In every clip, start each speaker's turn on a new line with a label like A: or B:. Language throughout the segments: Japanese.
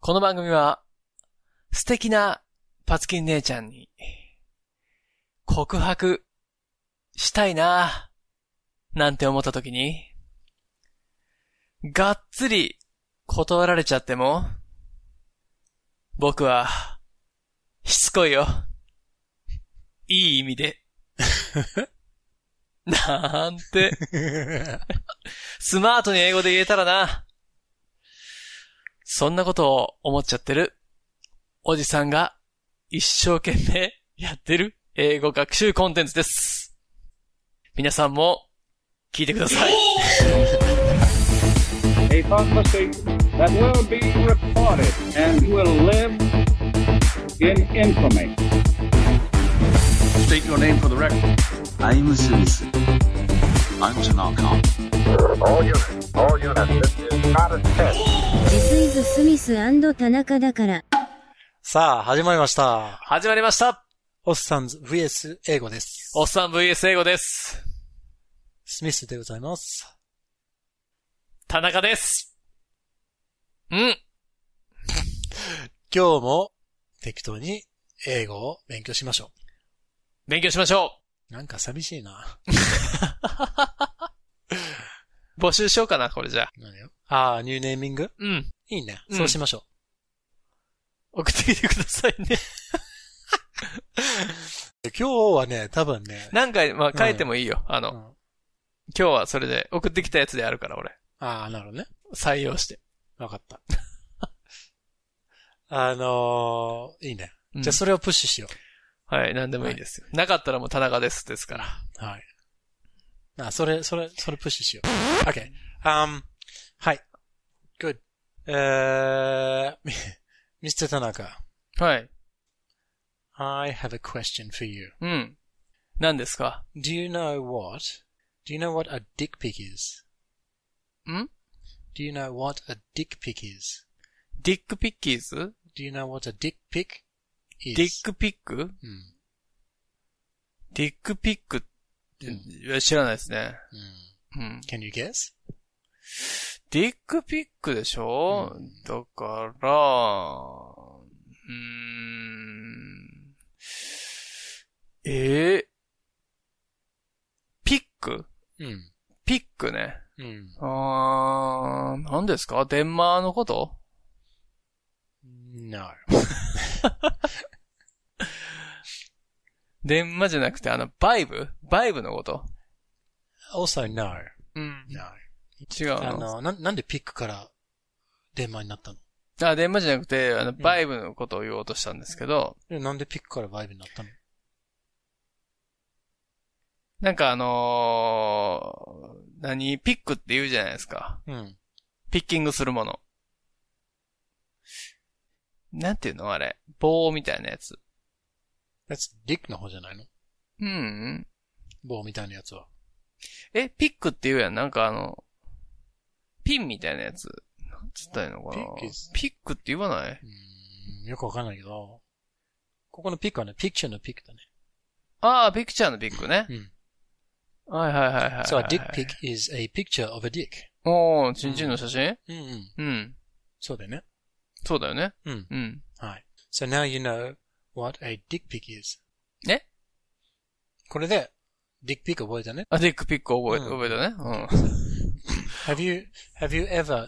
A: この番組は、素敵なパツキン姉ちゃんに、告白したいなぁ、なんて思った時に、がっつり断られちゃっても、僕は、しつこいよ。いい意味で。なんて、スマートに英語で言えたらな。そんなことを思っちゃってる。おじさんが一生懸命やってる英語学習コンテンツです。皆さんも聞いてください。
B: a conversation that will be recorded and will live in infamy.
C: State your name for the record.
D: I'm a citizen. I'm Tanaka.
E: All units, all units, this is not a test.
F: This is スミス田中だから。
G: さあ、始まりました。
A: 始まりました。
G: オッサンズ VS 英語です。
A: おっさん VS 英語です。
G: スミスでございます。
A: 田中です。うん。
G: 今日も適当に英語を勉強しましょ
A: 勉強しましょ
G: う。なんか寂しいな。
A: う。募集しようかな、これじゃあ。
G: 何よああ、ニューネーミング
A: うん。
G: いいね。
A: うん
G: そうしましょ
A: 送ってきてくださいね。
G: う。今日はね、多分ね、
A: 何回、まあ、書いてもいいよ。あ
G: う
A: の、
G: ん、
A: 今日はそれで、送ってきたやつであるから、俺。
G: ああ、なるほどね。
A: 採用して。
G: わか った。あのー、いいね。
A: うん
G: じゃあそれをプッシュしよ
A: はい、何でもいいですよ。なかったらもう田中ですですから。
G: う。はい。あ、それ、それ、それプッシュしよう。OK。Um, はい。good. えー、Mr. Tanaka.
A: はい。
G: I have a question for you.
A: うん。何ですか
G: Do you know what? Do you know what a dick pic is? Hmm?
A: ん
G: Do you know what a dick pic is?
A: ディックピッキーズ
G: Do you know what a dick pic
A: デ
G: is? Hmm,
A: ィックピック
G: うん。
A: ディックピックって、いや知らないですね。
G: うん
A: うん。
G: hmm. Can you guess?
A: ディックピックでしょ、だから、うーん。えー、ピック
G: うん。
A: ピックね。
G: うん。
A: あー、何ですかデンマーのこと
G: No.
A: デンマじゃなくて、あの、バイブバイブのこと
G: Also no.
A: うん。
G: No.
A: 違うの
G: あの、な、なんでピックから電話になったの
A: あ、電話じゃなくて、あの、バイブのことを言おうとしたんですけど、
G: えなんでピックからバイブになったの
A: なんかあのー何ピックって言うじゃないですか。
G: うん。
A: ピッキングするもの。なんていうのあれ。棒みたいなやつ。
G: That's dick の方じゃないの
A: うんうん。
G: 棒みたいなやつは。
A: え、ピックって言うやん。なんかあの、ピンみたいなやつ。なんつったらいいのかな
G: ピックです
A: ピックって言わない
G: うん、よくわかんないけど、ここのピックはね、ピクチャーのピックだね。
A: ああ、ピクチャーのピックね。はいはいはいはいはい。
G: So a dick pic is a picture of a dick.
A: おー、チンチンの写真、
G: うんうん。
A: うん、
G: そうだよね。
A: そうだよね。
G: うん。
A: うん。
G: はい。So now you know what a dick pic is.
A: え
G: これで、dick pic 覚えたね。
A: あ、ディックピック覚え、
G: うん
A: 覚えたね。うん。
G: Have you, have you ever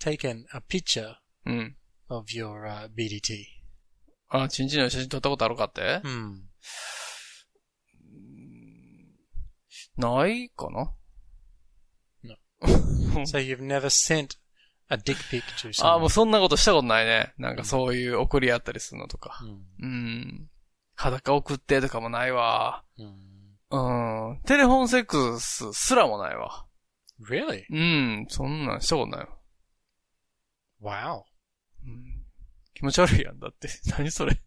G: taken a picture
A: うん。
G: of your、uh, BDT?
A: あ、チンチンの写真撮ったことあるかって、
G: うん。
A: ないかな
G: So you've never sent a dick pic to
A: あ、も
G: someone?
A: うそんなことしたことないね。なんかそういう送り合ったりするのとか。うん。裸送ってとかもないわ。
G: うん。
A: うん。テレフォンセックスすらもないわ。
G: うん。Really?
A: うん。そんなんしたことないわ。
G: Wow.
A: うん気持ち悪いやんだって。 何それ。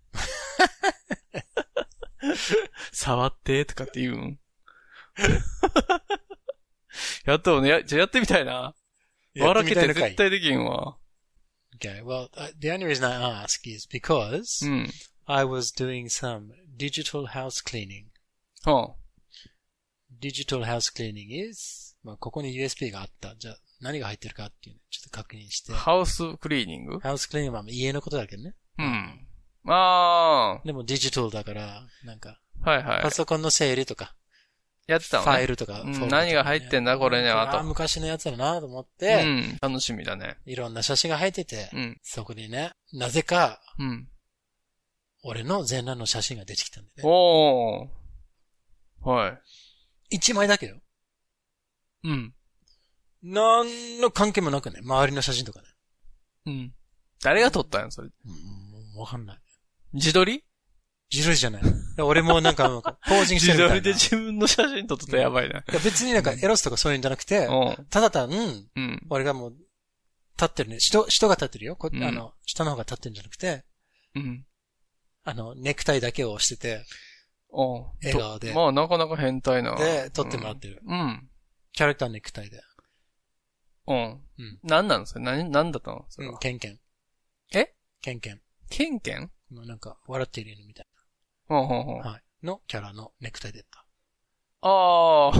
A: 触ってとかって言うん。 やっとね、やじゃあやってみたいな。笑けて絶対できんわ。
G: Okay, well, uh, the only reason I ask is because
A: うん。
G: I was doing some digital house cleaning.
A: は
G: digital house cleaning is まあ、ここに USB があった。じゃあ、何が入ってるかっていうのをちょっと確認して。
A: ハウスクリーニング
G: ハウスクリーニングは家のことだけどね。
A: うん。あ
G: でもデジタルだから、なんか、
A: あ、はいは
G: パソコンの整理とか、
A: い。やってた
G: フ
A: の
G: ァイ
A: ね。
G: ルとか、
A: うん
G: フォルダとかね
A: 何が入ってんだこれねはと
G: あー昔のやつだなと思っ
A: う
G: て、
A: ん。楽しみだね。
G: いろんな写真が入ってて、
A: うん。
G: そこにね、なぜか、
A: うん。
G: 俺の全裸の写真が出てきたんでね。
A: おー。はい。
G: 一枚だけよ。
A: うん。
G: 何の関係もなくね、周りの写真とかね。
A: うん。誰が撮ったんや、それ。
G: うん、もうわかんない。
A: 自撮り
G: 自撮りじゃない。俺もなんか、なんかポージングし
A: 自
G: て
A: 撮
G: るみたいな。
A: りで自分の写真撮ってたらやばいな。
G: いや別になんかエロスとかそういうんじゃなくて、
A: う
G: ただ単、うん、
A: ん。うん。
G: 俺がもう、立ってるね。人、人が立ってるよ。こ
A: うん
G: あの、下の方が立ってるんじゃなくて、
A: うん。
G: あの、ネクタイだけをしてて、
A: おう
G: 笑顔で
A: とまあ、なかなか変態な。
G: で、撮ってもらってる。
A: うん。
G: キャラクターネクタイで。
A: うん。
G: うん
A: 何なのそれ何、何だったのそれ
G: うん、
A: は。
G: ケンケン。
A: え
G: ケンケン。
A: ケンケン
G: もうなんか、笑っている犬みたい
A: ほうほうほう。
G: な。はい。のキャラのネクタイでやった。
A: ああ。
G: はい。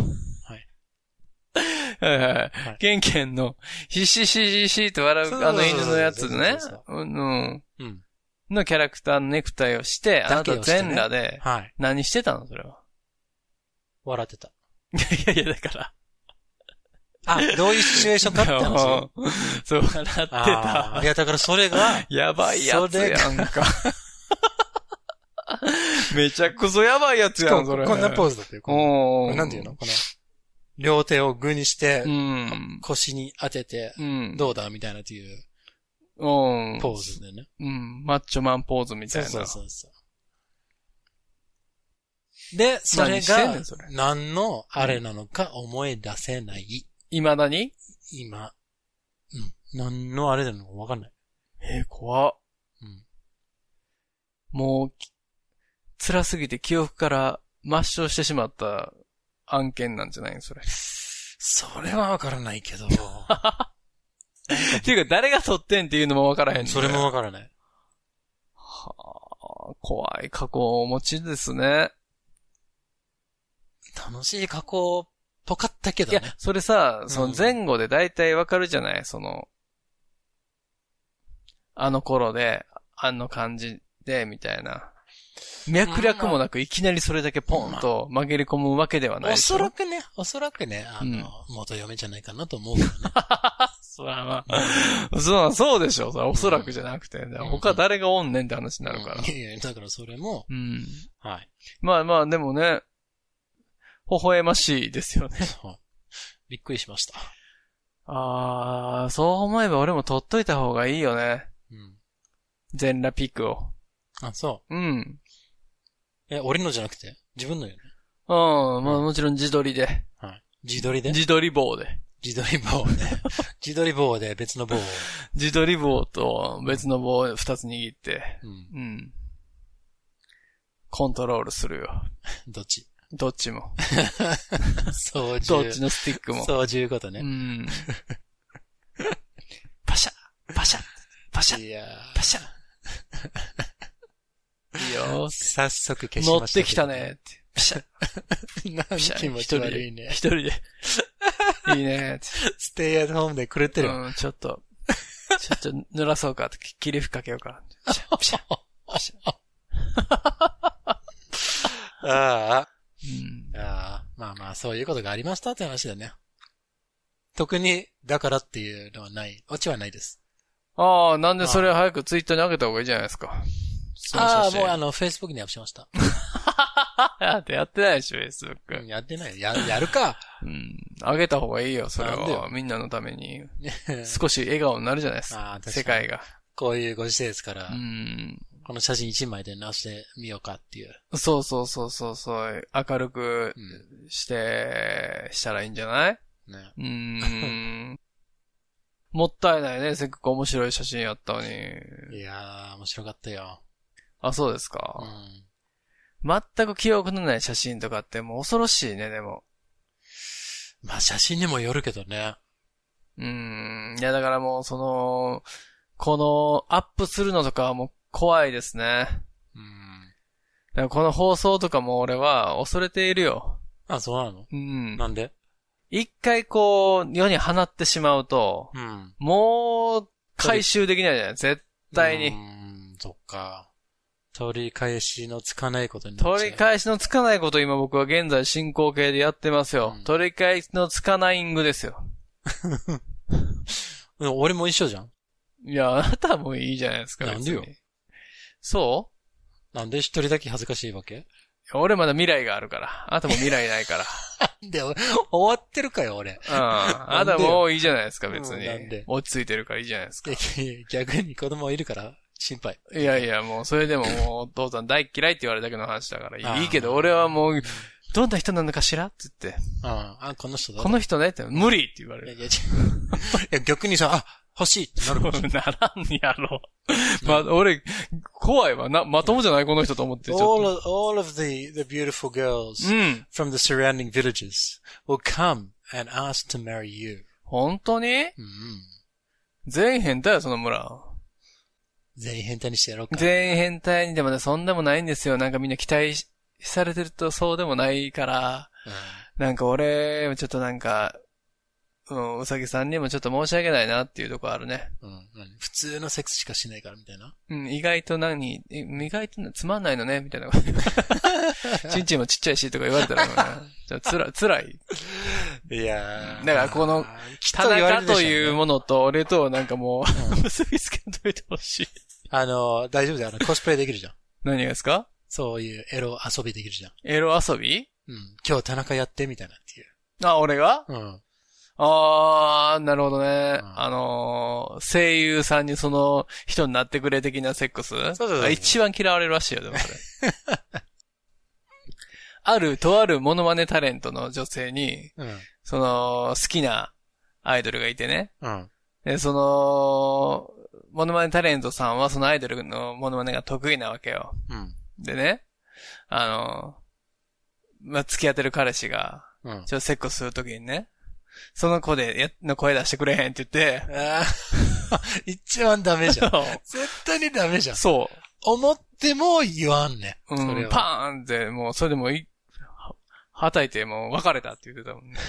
A: はいはい
G: は
A: はいい。ケンケンの、ひししししって笑う
G: そう、そう
A: あ
G: そう
A: の犬のやつね
G: そうそう。
A: うんうん。
G: うん。
A: のキャラクターのネクタイをして、あな
G: だけ
A: た
G: をしてね
A: 全裸で、
G: はい。
A: 何してたのそれは。
G: 笑ってた。
A: いやいやいや、だから。
G: あ、どういうシチュエーショ ンかって話よ。
A: うんそう、笑って
G: あー
A: た
G: い。や、だからそれが、
A: やばいやつやんか。めちゃくそやばいやつ
G: し
A: や
G: か
A: ん、それ。
G: もこんなポーズだったよ。こ
A: お
G: の
A: ー
G: なんていうのこの、両手をグにして
A: う、ん。
G: 腰に当てて、
A: うん。
G: どうだみたいなっていう
A: うん。
G: ポーズでね。
A: うん。マッチョマンポーズみたいう
G: そ
A: な。
G: そうそうそう。で、それ
A: 何してんね
G: が
A: んそれ、
G: 何のあれなのか思い出せない。
A: 未だに
G: 今。うん。何のあれなのかわかんない。
A: えー、怖っ
G: うん。
A: もうき、辛すぎて記憶から抹消してしまった案件なんじゃないのそ れ。
G: それはわからない けど。
A: っていうか、誰が撮ってんっていうのもわからへん、
G: それも。わからない。
A: はあ、怖い過去をお持ちですね。
G: 楽しい加工っぽかったけど
A: いや
G: ね。、
A: それさ、その前後で大体わかるじゃないその、あの頃で、あの感じで、みたいな。脈略もなくいきなりそれだけポンと曲げり込むわけではない
G: お
A: でしょ
G: そらくね、おそらくね、あの、
A: うん
G: 元嫁じゃないかなと思うけどね。
A: そらまあ、そう、そうでしょ。そらおそらくじゃなくて、他誰がおんねんって話になるから
G: うん。いやいや、だからそれも、
A: うん。
G: はい。
A: まあまあ、でもね、微笑ましいですよね。
G: そうびっくりしました。
A: ああ、そう思えば俺も撮っといた方がいいよね。
G: うん。
A: 全裸ピックを。
G: あ、そ
A: うん。
G: う。え、俺のじゃなくて自分のよね。
A: うん、まあもちろん自撮りで。
G: はい。自撮りで
A: 自撮り棒で。
G: 自撮り棒 で。自撮り棒で別の棒を。
A: 自撮り棒と別の棒を二つ握って、
G: う
A: う
G: ん。
A: ん。コントロールするよ。
G: どっち
A: どっち も。
G: 操縦。
A: どっちのスティックも。
G: 操縦ことね。
A: うん。パシャパシャパシャ
G: いや
A: パシャいいよ
G: ー。早速消し
A: 乗
G: ま
A: っ
G: した
A: て
G: け
A: き
G: ど
A: た。ねって。パシャ
G: なん
A: パシャ
G: 気持
A: 一
G: ち
A: 人
G: 悪
A: で。
G: いね
A: 一。人で。 いいねって。
G: ステイアットホームで狂ってるわ。
A: うん、ちょっと、ちょっと濡らそうかって、き霧吹きかけようか。パシャパシャパシャ
G: あ
A: うん
G: あ、ああ、まあまあ、そういうことがありましたって話だね。特に、だからっていうのはない。オチはないです。
A: ああ、なんでそれ早くツイッターに上げた方がいいじゃないですか。その
G: あ
A: 写
G: あ、
A: 真
G: もうあの、Facebook にアップしました。
A: だってやってないでしょ、Facebook。
G: うんやってない。や、やるか。
A: うん。上げた方がいいよ、それ
G: なんで
A: は
G: よ。
A: みんなのために。少し笑顔になるじゃないです
G: ああ
A: か
G: 確。かに
A: 世界が。
G: こういうご時世ですから
A: う、ん。
G: この写真一枚で直してみようかっていう。
A: そうそうそうそうそう。明るくして、したらいいんじゃない
G: ね。
A: うーん。 もったいないね。せっかく面白い写真やったのに。
G: いやー、面白かったよ。
A: あ、そうです
G: う
A: か。
G: ん。
A: 全く記憶のない写真とかってもう恐ろしいね、でも。
G: まあ、写真にもよるけどね。
A: うーん。いや、だからもう、その、この、アップするのとかはもう怖いですね。
G: うん。
A: だからこの放送とかも俺は恐れているよ。
G: あ、そうなの
A: うん。
G: なんで
A: 一回こう、世に放ってしまうと、
G: うん。
A: もう、回収できないじゃない絶対
G: うー
A: に。
G: ん、そっか。取り返しのつかないことになっちゃう。
A: 取り返しのつかないことを今僕は現在進行形でやってますよ。
G: うん
A: 取り返しのつかないんぐですよ。
G: うん俺も一緒じゃん。
A: いや、あなたもいいじゃないですか。
G: なんでよ
A: 別に。そ
G: なんで一人だけ恥ずかしいわけ
A: う俺まだ未来があるから。あなたも未来ないから。
G: で、俺終わってるかよ、俺。
A: うん。あなたもういいじゃないですか、別に
G: うんなんで。
A: 落ち着いてるからいいじゃないですか。
G: 逆に子供いるから心配。
A: いやいや、もうそれでももうお父さん大っ嫌いって言われるだけの話だか
G: あ
A: ら、
G: ー
A: いいけど俺はもう、どんな人なのかしらって言って、
G: ああ、この人だ。
A: この人ねって、無理って言われ
G: いや
A: る。
G: いや、違う いや逆にさ、あ、欲しいってなるかもしれ
A: ならんやろ。 まあ、俺、怖いわ。な、まともじゃないこの人と思って、ち
G: ない。
A: ょっ
G: all
A: と。
G: of, all of the, the beautiful girls
A: うん。
G: from the surrounding villages will come and ask to marry you.
A: 本当に
G: うん。
A: 全員変態よ、その村。
G: 全員変態にしてやろうか。
A: 全員変態にでもね、そんでもないんですよ。なんかみんな期待しされてるとそうでもないから、なんか俺、ちょっとなんか、うん、うさぎさんにもちょっと申し訳ないなっていうとこあるね。
G: うん。うん何普通のセックスしかしないからみたいな。
A: うん、意外と何、え意外とつまんないのね、みたいな こと。ちんちんもちっちゃいしとか言われたら、 ね、ちょっと辛い、辛い。
G: いや
A: ーだからこの、
G: きっ
A: 田
G: と言われ
A: 中
G: るでしょ
A: と
G: うね
A: いうものと俺とをなんかもう、 結びつけといてほしい。
G: あの、大丈夫だよ。あの、コスプレできるじゃん。
A: 何がですか
G: そういうエロ遊びできるじゃん。
A: エロ遊び
G: うん。今日田中やってみたいなっていう。
A: あ、俺が
G: うん。
A: あー、なるほどね。
G: うん
A: あのー、声優さんにその人になってくれ的なセックス
G: そうそうそう
A: あ一番嫌われるらしいよ、でもそれ。 ある、とあるモノマネタレントの女性に、
G: うん。
A: その、好きなアイドルがいてね。
G: うん。
A: で、その、モノマネタレントさんはそのアイドルのモノマネが得意なわけよ。
G: うん。
A: でね、あのー、まあ、付き合ってる彼氏が、
G: うん。
A: ちょ、セックスするときにね、その子で、や、の声出してくれへんって言 って、
G: ああ、 一番ダメじゃ ん。絶対にダメじゃん。
A: そ
G: 思っても言わんね。
A: う、
G: それ
A: うん、
G: は
A: パーンって、もう、それでもい、ははたいて、もう、別れたって言ってたもんね。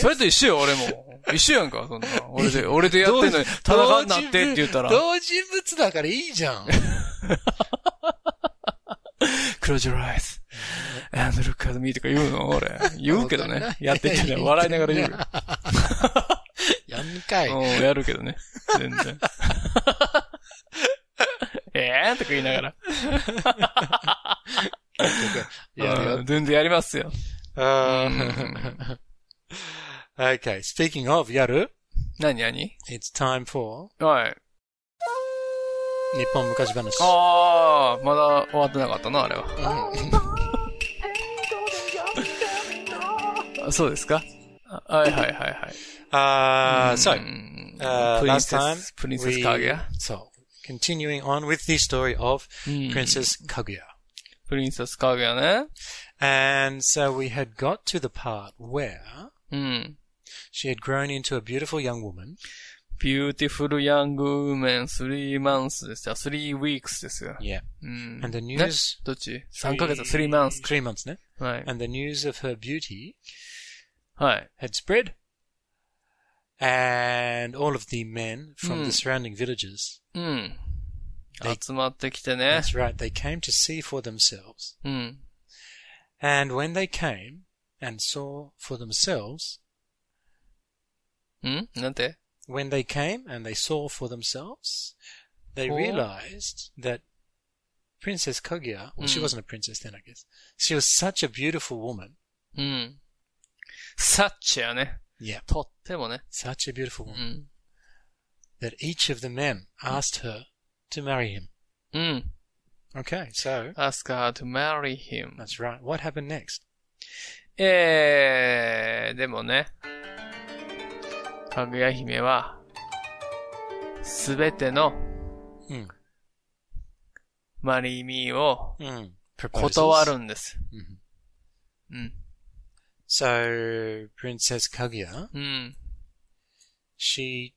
A: それと一緒よ、俺も。一緒やんか、そんな。俺 で、俺でやってんのに、田中になってって言ったら、
G: 同人物だからいいじゃん。
A: close your eyes and look at me とか言うの俺。 言うけど
G: わかんな
A: ね
G: い。
A: やってってね、笑いながら言うよ。
G: やんかい。
A: うん、やるけどね。全然。 えーとか言いながら。
G: やる
A: う
G: よ
A: ん。全然やります よ。
G: あー okay, speaking of やる
A: 何何
G: it's time for
A: はい。
G: 日本昔話。
A: ああ、まだ終わってなかったな、あれは。あそうですかあはいはいはいはい。
G: あー、so,
A: うん
G: uh, last time,
A: Princess- Hmm. Princess
G: we-
A: Kaguya?
G: So, continuing on with the story of
A: うん
G: Princess Kaguya.
A: プリンセスカグヤね。
G: And so we had got to the part where
A: うん。
G: she had grown into a beautiful young woman.
A: Beautiful Young Woman 3 months ですよ。3 weeks ですよ。
G: Yeah.
A: うん。
G: And the
A: ね
G: news-
A: どっち ?3 ヶ月、3 months。
G: Three months, no?
A: はい。
G: And the news of her beauty
A: はい。
G: had spread. And all of the men from the
A: Mm.
G: surrounding villages,
A: うん。
G: They-
A: 集まってきてね。
G: that's right, they came to see for themselves.
A: うん。
G: And when they came and saw for themselves,
A: んなんて
G: when they came and they saw for themselves, they
A: Or-
G: realized that Princess Kaguya, well, she
A: Mm.
G: wasn't a princess then, I guess. She was such a beautiful woman.
A: うん。サッチやね。
G: Yeah.
A: とってもね。
G: Such a beautiful
A: う
G: woman
A: ん。
G: that each of the men asked her to marry him.
A: うん。
G: Okay, so
A: ask her to marry him.
G: that's right. What happened next?
A: えー、でもね、かぐや姫は、すべての
G: Mm.
A: マリーミーを
G: Mm. Proposals.
A: 断るんです。
G: Mhm.
A: うん。
G: So Princess Kaguya,
A: うん。
G: she.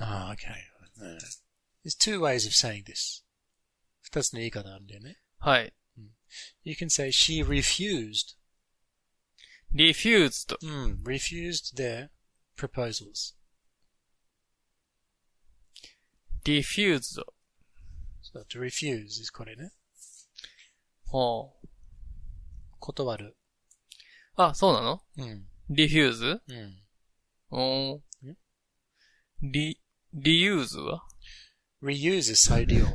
G: Oh, okay. Uh, There's two ways of saying this. 二つの言い方あるんだよね。
A: はい。
G: You can say she refused
A: refused.
G: Mm, refused their proposals.
A: refused.
G: So to refuse is eh? これね。
A: ほう。
G: 断る。
A: あ、そうなの
G: うん。
A: ?refuse?
G: うん。
A: おー。り、reuse は
G: reuse is 再利用。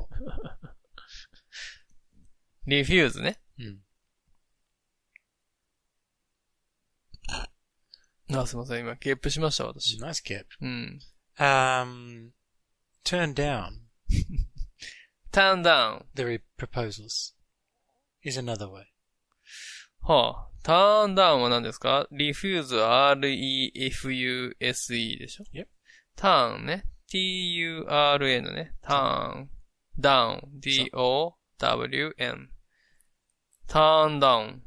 A: ?refuse ね。
G: うん。
A: あ、すいません。今、ゲップしました、私。
G: Nice cap.
A: うん。
G: Um, turn down
A: turn down.
G: the re- proposals is another way.
A: はあ。turn down は何ですか ?refuse, r-e-f-u-s-e でしょ
G: Yep.
A: turn ね。t-u-r-n ね。turn, down, d-o-w-n. turn down.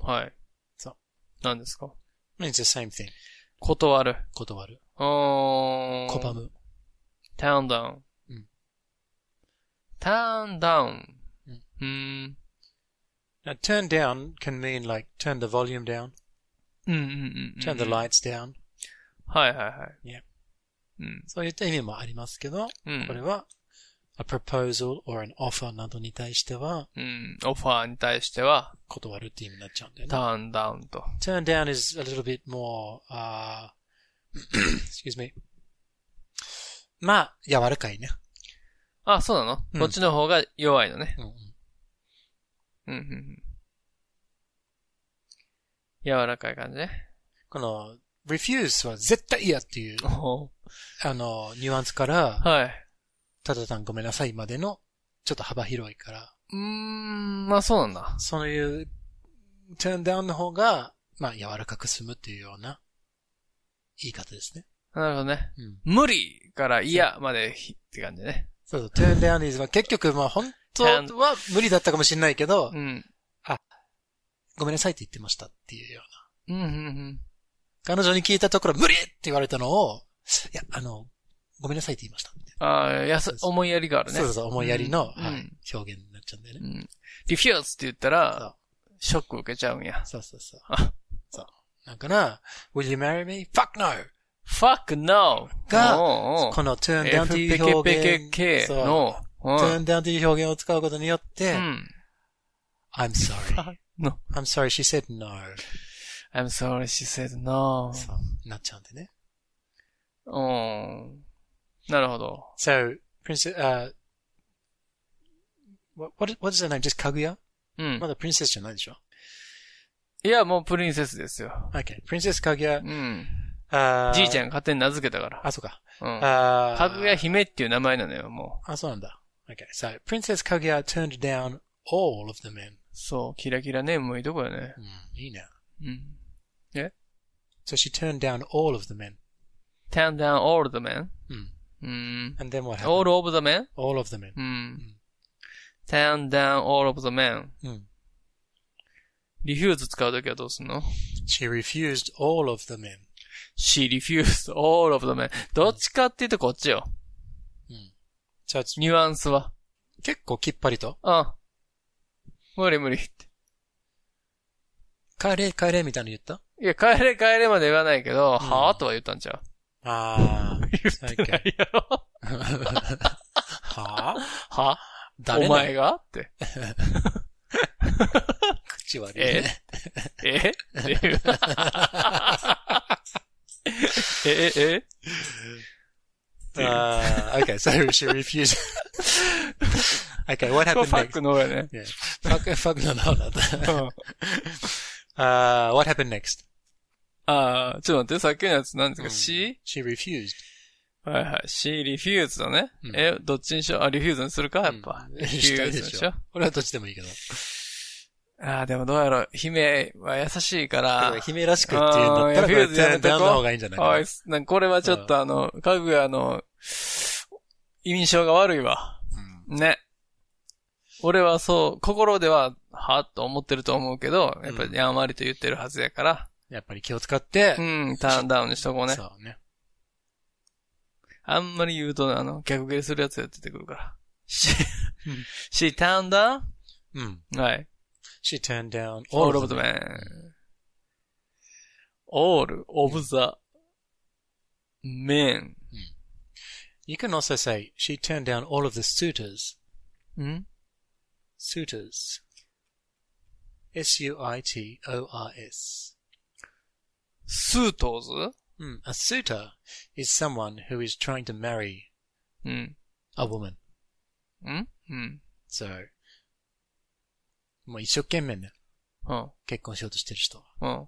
A: はい。
G: そう。
A: 何ですか
G: Means the same thing.
A: 断る。
G: 断る。
A: うーん。
G: 拒む。
A: turn down.
G: うん
A: turn down.
G: うん
A: うーん。
G: Now, turn down can mean like turn the volume down,
A: うんうんうんうん。
G: turn the lights down.
A: はいはいはい。
G: Yeah.
A: うん。
G: そういった意味もありますけど、
A: うん
G: これは、a proposal or an offer などに対しては
A: うん。オファーに対しては、
G: 断るって意味になっちゃうんだよね。
A: turn down と。
G: turn down is a little bit more, uh, excuse me. まあ、柔らかいね。
A: あ、そうなの、
G: うん
A: こっちの方が弱いのね。
G: うんうん
A: うんうんうん。柔らかい感じね。
G: この、refuse は絶対嫌っていう、
A: お
G: あの、ニュアンスから、
A: はい。
G: ただ単ごめんなさいまでの、ちょっと幅広いから、
A: うーん、まあそうなんだ。
G: そういう turn down の方が、まあ、柔らかく済むっていうような、言い方ですね。
A: なるほどね。
G: うん
A: 無理から嫌までひって感じね。
G: そうそう、turn down is, まあ結局、まあ本当は無理だったかもしれないけど
A: う、ん。
G: ごめんなさいって言ってましたっていうような。
A: うん、うん、うん。
G: 彼女に聞いたところ、無理って言われたのを、いや、あの、ごめんなさいって言いました。
A: ああ、やす、思いやりがあるね。
G: そうそうそう、思いやりの、
A: うん
G: は
A: う
G: い
A: ん、
G: 表現になっちゃうんだよ
A: う
G: ね。
A: ん。refuse って言ったら、ショック受けちゃうんや。
G: そうそうそう
A: あ。
G: そう。だから、will you marry me?fuck no!
A: fuck no!
G: が
A: おうおう
G: この turn down という表現。
A: FPKPKK の、うん
G: turn down という表現を使うことによっ
A: う
G: て、
A: ん。
G: I'm sorry.
A: No.
G: I'm sorry, she said no.
A: I'm sorry, she said no.
G: そう、なっちゃうんでね。
A: うん。なるほど。
G: So, princess, uh, what, what, is- what is her name? Just かぐや
A: うん
G: ま。だ princess じゃないでしょ
A: いや、もうプリンセスですよ。
G: ?Okay. princess uh, かぐや
A: う、ん。
G: あー
A: じいちゃんが勝手に名付けたから。
G: あ、そうか。
A: うん。
G: あー
A: かぐや姫っていう名前なのよ、もう。
G: あ、そうなんだ。Okay. Ah, So, Princess Kaguya turned down all of the men.
A: そう、キラキラネームもいいとこよね。
G: うん、いいな。
A: うん。
G: So she turned down all of the men.
A: turn down all the men.
G: うん。
A: うん。
G: And then what happened?
A: all of the men?
G: All of the men.
A: うん。turn down all of the men.
G: うん。
A: refuse 使うときはどうすんの
G: She refused all of the men.
A: ?she refused all of the men. どっちかって言うとこっちよ。
G: じゃあ、つ
A: ニュアンスは。
G: 結構きっぱりと、
A: あ無理無理って。
G: 帰れ、帰れみたいに言った
A: いや、帰れ帰れまで言わないけど、はぁとは言ったんちゃ
G: ああ。
A: う言 ってないやろ
G: はあ
A: は
G: 誰
A: お
G: の
A: 前がって。
G: 口悪い
A: え
G: ね。
A: えって いう。え、え、え
G: ああ、okay, Uh, so she refused. okay, what
A: これ
G: happened
A: ファック
G: next?
A: の方やね。
G: Yeah. Fuck, fuck, no, no, no.
A: うん。
G: Uh, what happened next?
A: ああ、ちょっと待って、さっきのやつ何ですか、?she?
G: She refused.
A: はいはい。she refuse だね。
G: うん
A: え、どっちにしようあ、refuse にするかやっぱ。
G: うんしたい
A: refuse
G: で
A: で
G: し
A: しょ
G: ょ。俺はどっちでもいいけど。
A: ああ、でもどうやろう。姫は優しいから。
G: 姫らしくっていうんだったら、これ
A: あーいや
G: ダウンダウンの方がいいんじゃない
A: あ
G: か
A: いつなんかこれはちょっとあの、かぐやの、印象が悪いわ。ね。俺はそう、心では、はぁと思ってると思うけど、やっぱりやんわりと言ってるはずやから、
G: な。やっぱり気を使って
A: う、ん、ターンダウンにしとこうね。
G: そうね。
A: あんまり言うと、あの、逆切れするやつが出てくるから。し、し、ターンダウ
G: うん。
A: ンはい。
G: She turned down all,
A: all
G: of
A: of the
G: them.
A: men. All of the men.
G: You can also say, she turned down all of the suitors.
A: ん
G: Suitors. S-U-I-T-O-R-S.
A: スートーズ
G: Hmm, A suitor is someone who is trying to marry
A: うん。
G: a woman.
A: んうん。
G: So, もう一生懸命ね、
A: うん。
G: 結婚しようとしてる人。
A: うん。
G: It's-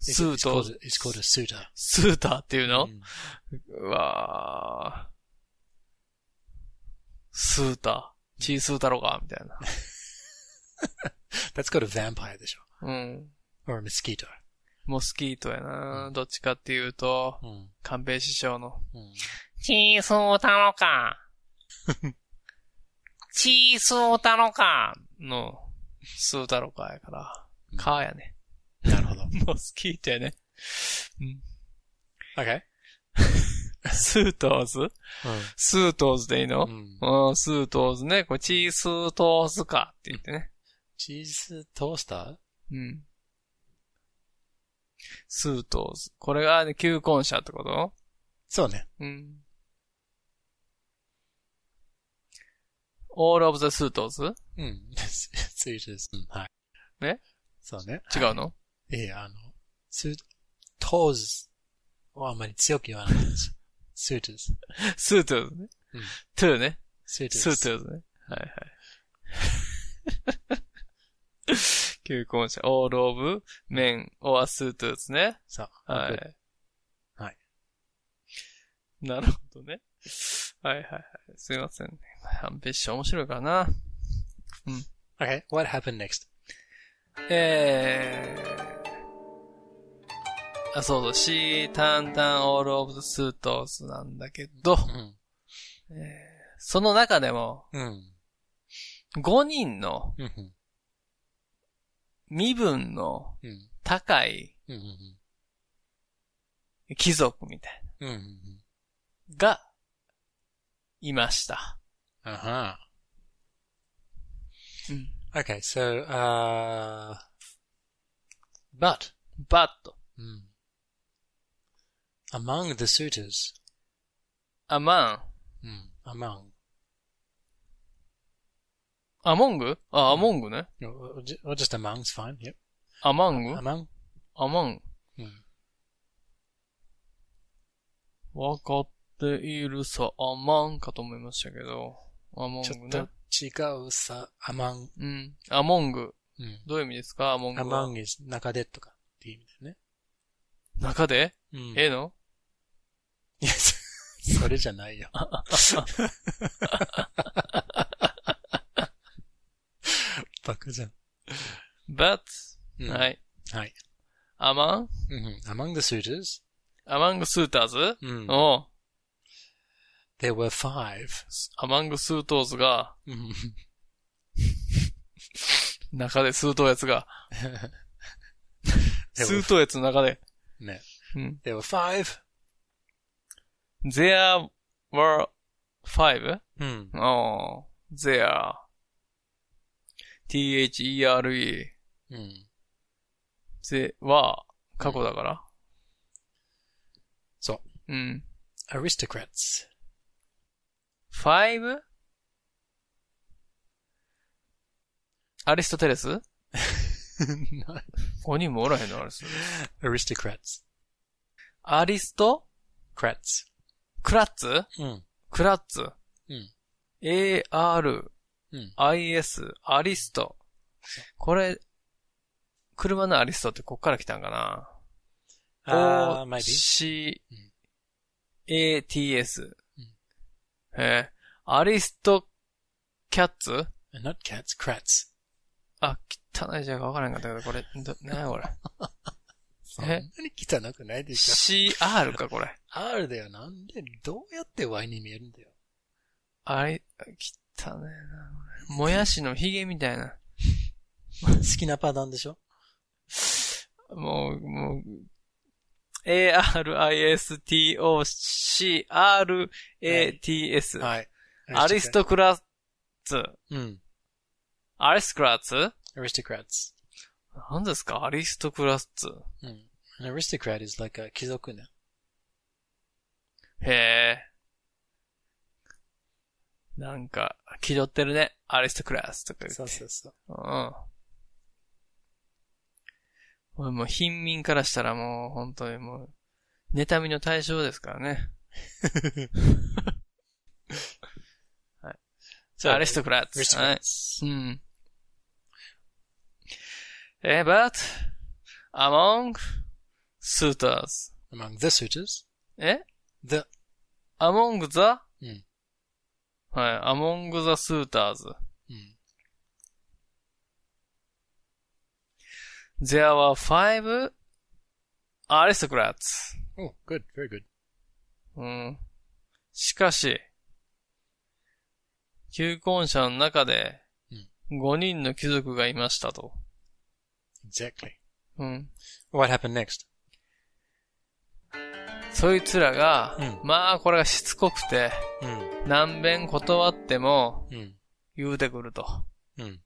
A: スー
G: it's
A: トー
G: called,
A: ズ。
G: it's called a suitor. Hmm.
A: スーターっていうの、
G: うん
A: うわースーター。チースータロかみたいな。
G: That's called a vampire でしょ。
A: うん。
G: or a mosquito.
A: モスキートやな。どっちかっていうと、
G: うん
A: 寛平師匠の。
G: うん
A: チースータロかチースータロかの、スータロかやから、かーやね。
G: なるほど。
A: モスキートやね。
G: Okay.
A: スートーズスートーズでいいの、
G: うん
A: うん、スートーズね。これ、チースートーズかって言ってね。
G: チーズトースター
A: うん。スートーズ。これが、ね、求婚者ってこと
G: そうね。
A: うん。all of the suitors?
G: うん。スイートです。うんはい。
A: ね
G: そうね。
A: 違うの
G: いや、あの、ス、トーズはあんまり強く言わないんです。スイートです。
A: スートーズね
G: うん。
A: トゥーね。
G: スイート
A: ス
G: で
A: ー
G: す。
A: トーズね。はいはい。 求婚者、all of men or suitors ね。
G: そう。
A: はい。
G: はい。
A: なるほどね。はいはいはい。すいませんね。ハンペッション面白いからな。
G: Okay, what happened next?
A: えー。あ、そうそう。she, タンタン all of the suitors なんだけど、
G: うん。
A: その中でも
G: うん。
A: 5人の
G: うん。
A: 身分の
G: うん。
A: 高い
G: うん。
A: 貴族みたい
G: うん。うん。
A: な、が、いました。
G: あは。
A: うん
G: Uh-huh. Okay, so, uh, but,
A: but,
G: Mm. Among the suitors.
A: among,
G: Mm. Among.
A: among? あ、among ね。
G: Or- Or, ju- or just among's fine. Yep.
A: among?
G: Among.
A: among.
G: うん
A: わかっているさ、among かと思いましたけど、
G: ち
A: among
G: ょっ
A: ね
G: と。違うさ、among.
A: うん。among。
G: うん
A: どういう意味ですか ?among は。
G: among is 中でとかっていう意味だよね。
A: 中で、
G: うん
A: ええの
G: Yes. それじゃないよ。バカじゃん。
A: ?but,
G: うん
A: はい。
G: はい。
A: among?
G: うん、among Mm-hmm. the suitors,
A: among suitors?
G: うん
A: おう
G: there were five. Mm-hmm.
A: among suitors が、
G: うん
A: 中で数頭やつが、
G: でも
A: 数頭やつの中で、
G: ね。
A: うん。
G: there were five.
A: there were five?
G: うん。
A: おう there. t-h-e-r-e.
G: うん。
A: では、過去だから。
G: そう。
A: うん。
G: aristocrats.
A: five? アリストテレス ?5 人もおらへんの、アリストテレス。
G: aristocrats.
A: アリスト
G: Crats.
A: クラッツ
G: うん。
A: クラッツ。
G: うん。
A: AR、
G: うん。
A: IS、アリスト。これ、車のアリストってこっから来たんかな
G: Uh, maybe.
A: ?C
G: ん、
A: ATS
G: ん。
A: えーアリストキャッツ
G: Uh, Not cats, crats.
A: あ、汚い字がわからへんかったけど、これ、ど、なにこれ。
G: そん
A: Eh.
G: なに汚くないでしょ。
A: CR か、これ。
G: R だよ。なんで、どうやって Y に見えるんだよ。
A: あれ、汚ねえな、これ。もやしのヒゲみたいな。
G: 好きなパターンでしょ
A: もう、もう、ARISTOCRATS。
G: はい。
A: アリス。トクラッツ。
G: うん。
A: アリスクラッツ
G: aristocrats.
A: 何ですかアリストクラッツ。
G: Mm. An aristocrat is like a kizokune.
A: へえ。なんか、気取ってるね。アリストクラスとか言って。
G: そうそうそう。
A: うん。俺もう貧民からしたらもう本当にもう、妬みの対象ですからね。
G: So,
A: アリストクラッツ。はい。
G: aristocrats.
A: うん。え、but, among suitors.
G: Among the suitors,
A: え
G: the
A: among the?
G: うん
A: はい、among the suitors.
G: mm,
A: There were five aristocrats.
G: oh, good, very good.
A: うん。しかし、求婚者の中で、5人の貴族がいましたと。
G: Exactly.
A: うん。
G: What happened next?
A: そいつらが、
G: うん
A: まあこれがしつこくて、
G: Mm,
A: 何べん断っても
G: mm,
A: 言うてくると。
G: mm,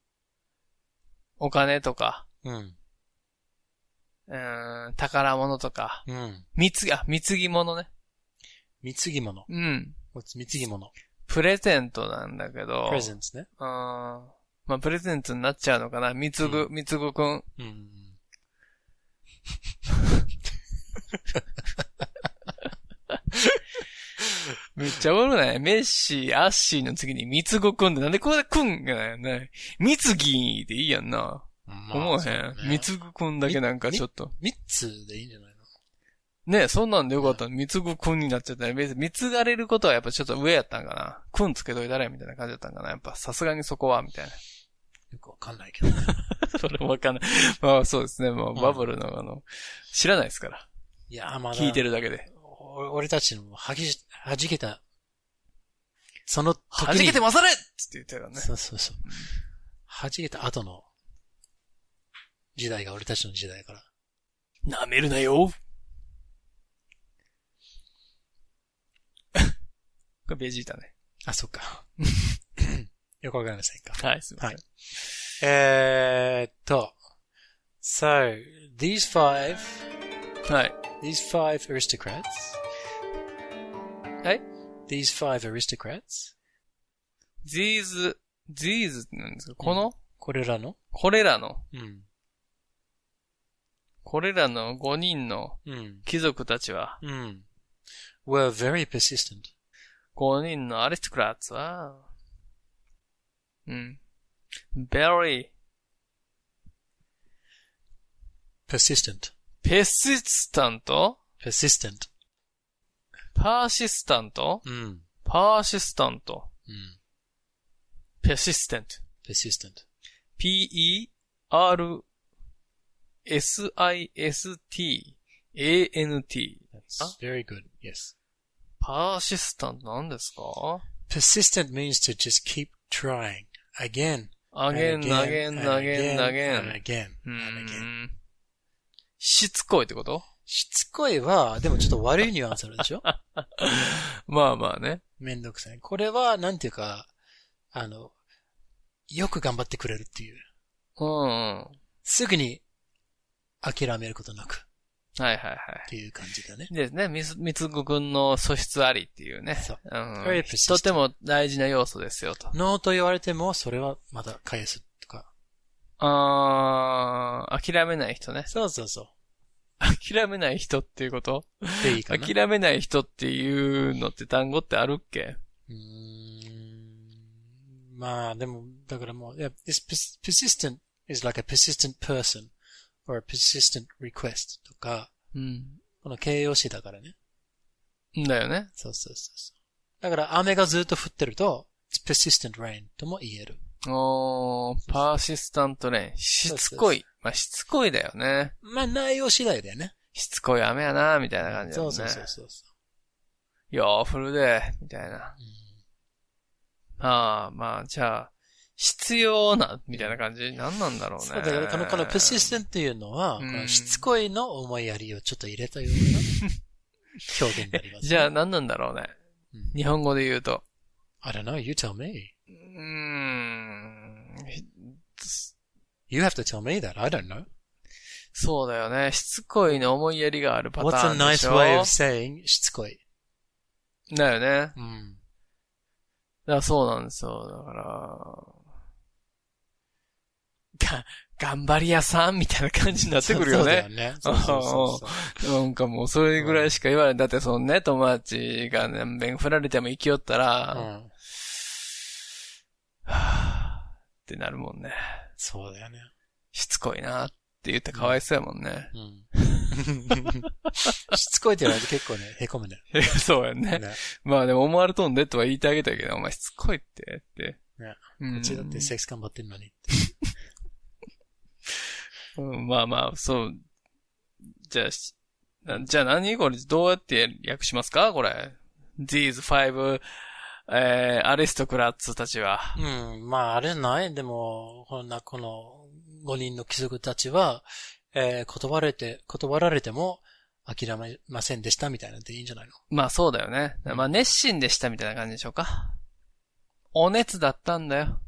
A: お金とか、
G: mm,
A: うーん、宝物とか、
G: mm.
A: 貢ぎ、あ、貢ぎ物ね。
G: Mitsugimono.
A: うん。
G: What's mitsugimono?
A: プレゼントなんだけど、
G: Presents, ne?
A: うーん。まあプレゼントになっちゃうのかな。貢ぐ、貢ぐくん。
G: Mm.
A: めっちゃおるね。メッシー、アッシーの次に三つ子くんで、なんでこれくんがないね。三つぎでいいやんな。思わへん。三つ子くんだけなんかちょっと。ねえ、そんなんでよかったの。三つ子くんになっちゃったね。別に三つがれることはやっぱちょっと上やったんかな。くんつけといたらやみたいな感じだったんかな。やっぱさすがにそこは、みたいな。
G: よくわかんないけど。
A: それわかんない。まあそうですね。も
G: うん
A: うバブルのあの、知らないですから。
G: いや、まだ。
A: 聞いてるだけで。
G: お俺たちのはじ、はじけた、その時
A: は
G: に
A: じけてまされっつって言ってたからね。
G: そうそうそう。はじけた後の時代が俺たちの時代だから。
A: なめるなよ。これベジータね。
G: あ、 そっか。よくわかりませんか。
A: はい、すみません。
G: えーっと。So, these five,
A: はい。
G: these five aristocrats.
A: はい
G: These five aristocrats.
A: these, these って何ですかこの、
G: これらの
A: これらの、
G: うん。
A: これらの5人の
G: うん。
A: 貴族たちは、
G: うん。were very persistent.
A: 5人のアリストクラッツは、うん。very
G: persistent.
A: persistent?
G: persistent.
A: persistent?
G: うん。
A: persistent?
G: うん。
A: persistent?
G: persistent.
A: p-e-r-s-i-s-t-a-n-t。
G: That's very good. Yes.
A: パーシスタントなんですか
G: persistent means to just keep trying again.
A: again,
G: and
A: again,
G: and
A: again,
G: and
A: again.
G: again.
A: う
G: and again.
A: ん。しつこいってこと
G: しつこいは、でもちょっと悪いニュアンスあるでしょ
A: まあまあね。
G: めんどくさい。これは、なんていうか、あの、よく頑張ってくれるっていう。
A: うんうん。は
G: すぐに諦めることなく
A: いはいは
G: っていう感じだね
A: い。。ですね。みつ、みつぐくんの素質ありっていうね。
G: そう
A: うん。
G: Very persistent.
A: とても大事な要素ですよと。
G: ノーと言われても、それはまだ返すとか。
A: あー、諦めない人ね。
G: そうそうそう。
A: 諦めない人っていうこと
G: でいいかな。
A: 諦めない人っていうのって単語ってあるっけ
G: うーんまあ、でも、だからもう、いや、this pers- persistent is like a persistent person or a persistent request とか、
A: うん。
G: この形容詞だからね。
A: んだよね。
G: そうそうそうそう。だから、雨がずっと降ってると、it's persistent rain とも言える。
A: おー、パーシスタントレイン。しつこい。まあ、しつこいだよね。
G: まあ、内容次第だよね。
A: しつこい雨やな、みたいな感じだ
G: そ
A: もん
G: う
A: ね。
G: そうそうそう。
A: よー降るで、みたいな。まあまあ、じゃあ、必要な、みたいな感じ何なんだろうね。
G: そうだから、この、この persistent っていうのは、こ
A: うん
G: のしつこいの思いやりをちょっと入れた ような表現になりますね。
A: じゃあ何なんだろうね。
G: うん
A: 日本語で言うと。
G: I don't know, you tell me.
A: うーん。
G: You have to tell me that. I don't know.
A: そうだよね。しつこいの思いやりがあるパタ
G: What's
A: ー
G: a
A: ンで
G: nice
A: しょ。
G: way of saying しつこい。
A: だよね。
G: うん。
A: だからそうなんですよ。だから、が、頑張り屋さんみたいな感じになってくるよね。
G: そうそうだよね。そうそうそう
A: なんかもうそれぐらいしか言わない。だってそのね、友達が何遍振られても生きよったら、
G: そう。う
A: は
G: ん。
A: ぁってなるもんね。
G: そうだよね。
A: しつこいなって言ってかわいそうやもんね。
G: うん。 しつこいって言われて結構ね、へこむね。
A: そうやんね。
G: ね
A: まあでも思われとんでとは言いてあげたいけど、お前しつこいって、って。
G: ね
A: うん
G: うちだってセックス頑張ってんのに。
A: うん、まあまあ、そう。じゃあ、しなじゃあ何これ、どうやって訳しますかこれ。these five, えー、アリストクラッツたちは。
G: うん、まああれない。でも、こんな、この5人の貴族たちは、えー断られて、断られても諦めませんでしたみたいなんでいいんじゃないの
A: まあそうだよね。まあ熱心でしたみたいな感じでしょうか。お熱だったんだよ。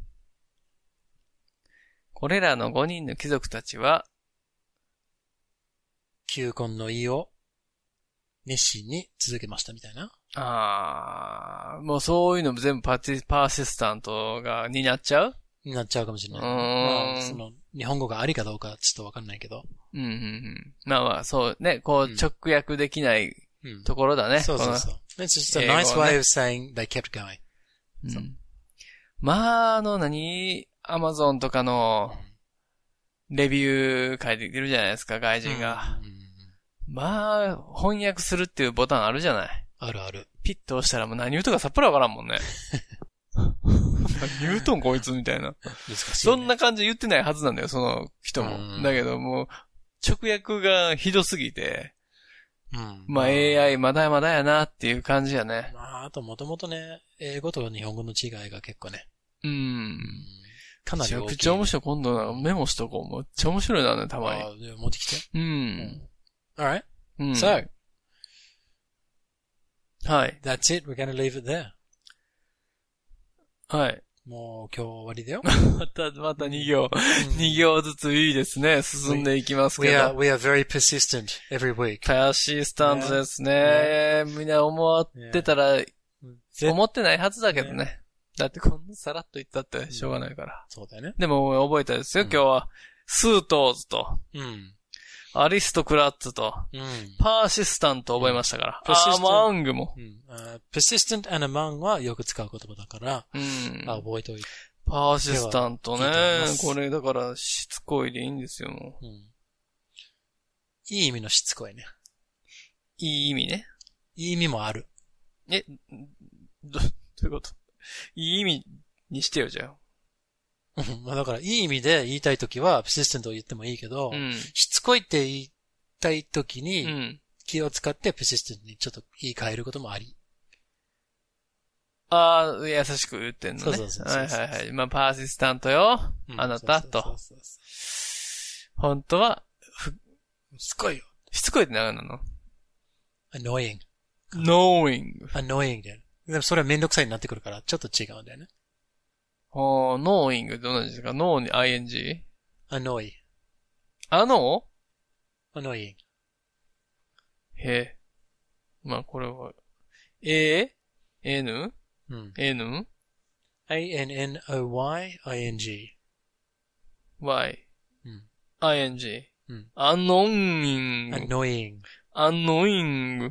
A: これらの5人の貴族たちは、
G: 求婚の意を熱心に続けましたみたいな。
A: ああ、もうそういうのも全部パティ、パーシスタントが、になっちゃう
G: になっちゃうかもしれない。
A: うーん
G: まあその、日本語がありかどうかちょっとわかんないけど。
A: うんうんうん。まあまあ、そうね、こ
G: う
A: うん直訳できない
G: うん。
A: ところだね。
G: そうそうそう。It's just a
A: 英語
G: nice
A: ね
G: way of saying they kept going.
A: この
G: そう
A: まあ、あの何、アマゾンとかの、レビュー書いてるじゃないですか、外人が。
G: うんうんうん
A: まあ、翻訳するっていうボタンあるじゃない。
G: あるある。
A: ピッと押したらもう何言うとかさっぱりわからんもんね。 何言うとんこいつみたいな。
G: 難しい、ね。
A: そんな感じで言ってないはずなんだよ、その人
G: う
A: も。
G: ん
A: だけどもう、直訳がひどすぎて、
G: うん。
A: まあ AI まだまだやなっていう感じやね。
G: まあ、あともともとね、英語と日本語の違いが結構ね、
A: うん。
G: か
A: め
G: なり
A: ちゃ
G: 大きい。
A: くちゃ面白い。今度なメモしとこう。めっちゃ面白いなね、たまに。
G: あーで持ってきて。
A: うん。
G: Alright,
A: うん。
G: so,
A: はい。
G: that's it. We're gonna leave it there.
A: はい。
G: もう今日終わり だよ。
A: また、また2行、
G: うん
A: 2行ずついいですね。進んでいきます
G: we
A: け
G: are,
A: ど。
G: we are very persistent every week.
A: パーシースタンドですね。みんな思ってたら、
G: ぜ
A: 思ってないはずだけどね。だってこんなさらっと言ったってしょうがないから。
G: そうだよね。
A: でも覚えたですよ、
G: うん
A: 今日は。スートーズと、
G: うん。
A: アリストクラッツと、
G: うん。
A: パーシスタント覚えましたから。
G: うんパーシ
A: ア
G: ス
A: ー
G: タント
A: マングも。
G: うん、あー persistent and among はよく使う言葉だから、
A: うん。
G: あ覚えておいて。
A: パーシスタントね
G: ではいいと思いま。す
A: これだからしつこいでいいんですよ、もう。
G: うん、いい意味のしつこいね。
A: いい意味ね。
G: いい意味もある。
A: え、ど、どういうこといい意味にしてよ、じゃ
G: うんまあだから、いい意味で言いたいときは、persistent を言ってもいいけど、
A: あ。うん。
G: しつこいって言いたいとき
A: う
G: に、
A: ん。
G: 気を使って persistent にちょっと言い換えることもあり。
A: ああ、優しく言ってんのね。
G: そうそうそうそう
A: はいはいはい。まあ、パーシスタントよ。
G: うん
A: あなた
G: そうそう
A: と。
G: そうそう
A: 本当は、
G: しつこいよ。
A: しつこいって何なの
G: annoying,
A: ?knowing.
G: annoying だよね。でもそれはめんどくさいになってくるから、ちょっと違うんだよね。
A: あー knowing って同じですか ?know に ing?
G: annoy,
A: あの
G: annoying.
A: へえ。まあ、これは、え ?n?
G: うん。
A: n?
G: a-n-n-o-y-i-n-g.
A: y?
G: うん
A: ing?
G: うん
A: アノンイング。
G: annoying.
A: アノイング。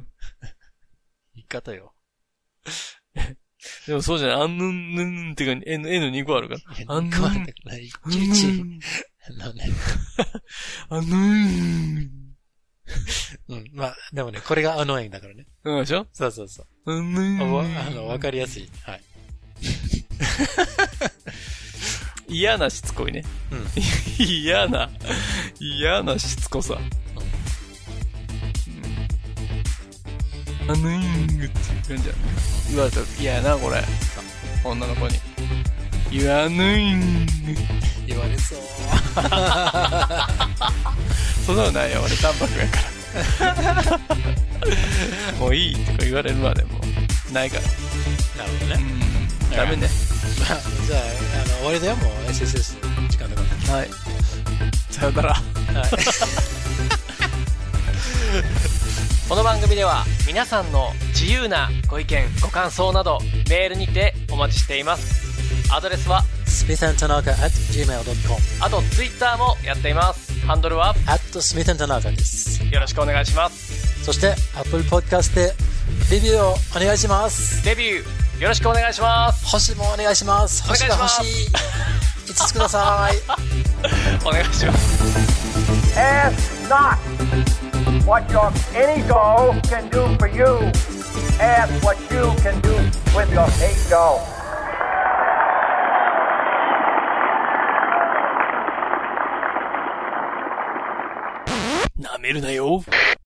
G: 言い方よ。
A: でもそうじゃない。あんぬんぬんぬんってか、N、N2 個あるから。
G: あん
A: あ
G: なんん
A: な
G: てない。
A: あ
G: いちいちあのね。
A: あんぬん。
G: うん。まあ、でもね、これが annoying だからね。
A: うんでしょ
G: そうそうそう。
A: あんぬん。
G: あわあの、わかりやすい。はい。
A: 嫌なしつこいね。
G: うん。
A: 嫌な、嫌なしつこさ。うんアヌイングって言うんじゃん。言われたら嫌やな、これ。女の子に。You are ヌイング。
G: 言われそう。
A: そんなのないよ、俺、淡白や から。もういいとか言われるまでもうないから。
G: なるほどね。
A: うん。ダメね。
G: まあじゃあ、あの、終わりだよ、もう SSS 時間だから。
A: はい。さよなら。この番組では皆さんの自由なご意見、ご感想などメールにてお待ちしています。アドレスは、
G: smithandtanaka at gmail.com
A: あとツイッターもやっています。ハンドルは
G: at smithandtanaka です。
A: よろしくお願いします。
G: そして、Apple Podcast でレビューをお願いします。
A: デビューよろしくお願いします。
G: 星もお願いします。
A: お願い
G: 星
A: し
G: が
A: ま
G: 欲
A: す
G: しい。5つください。
A: お願いします。
E: Ask not what your any dough can do for you. Ask what you can do with your paid dough.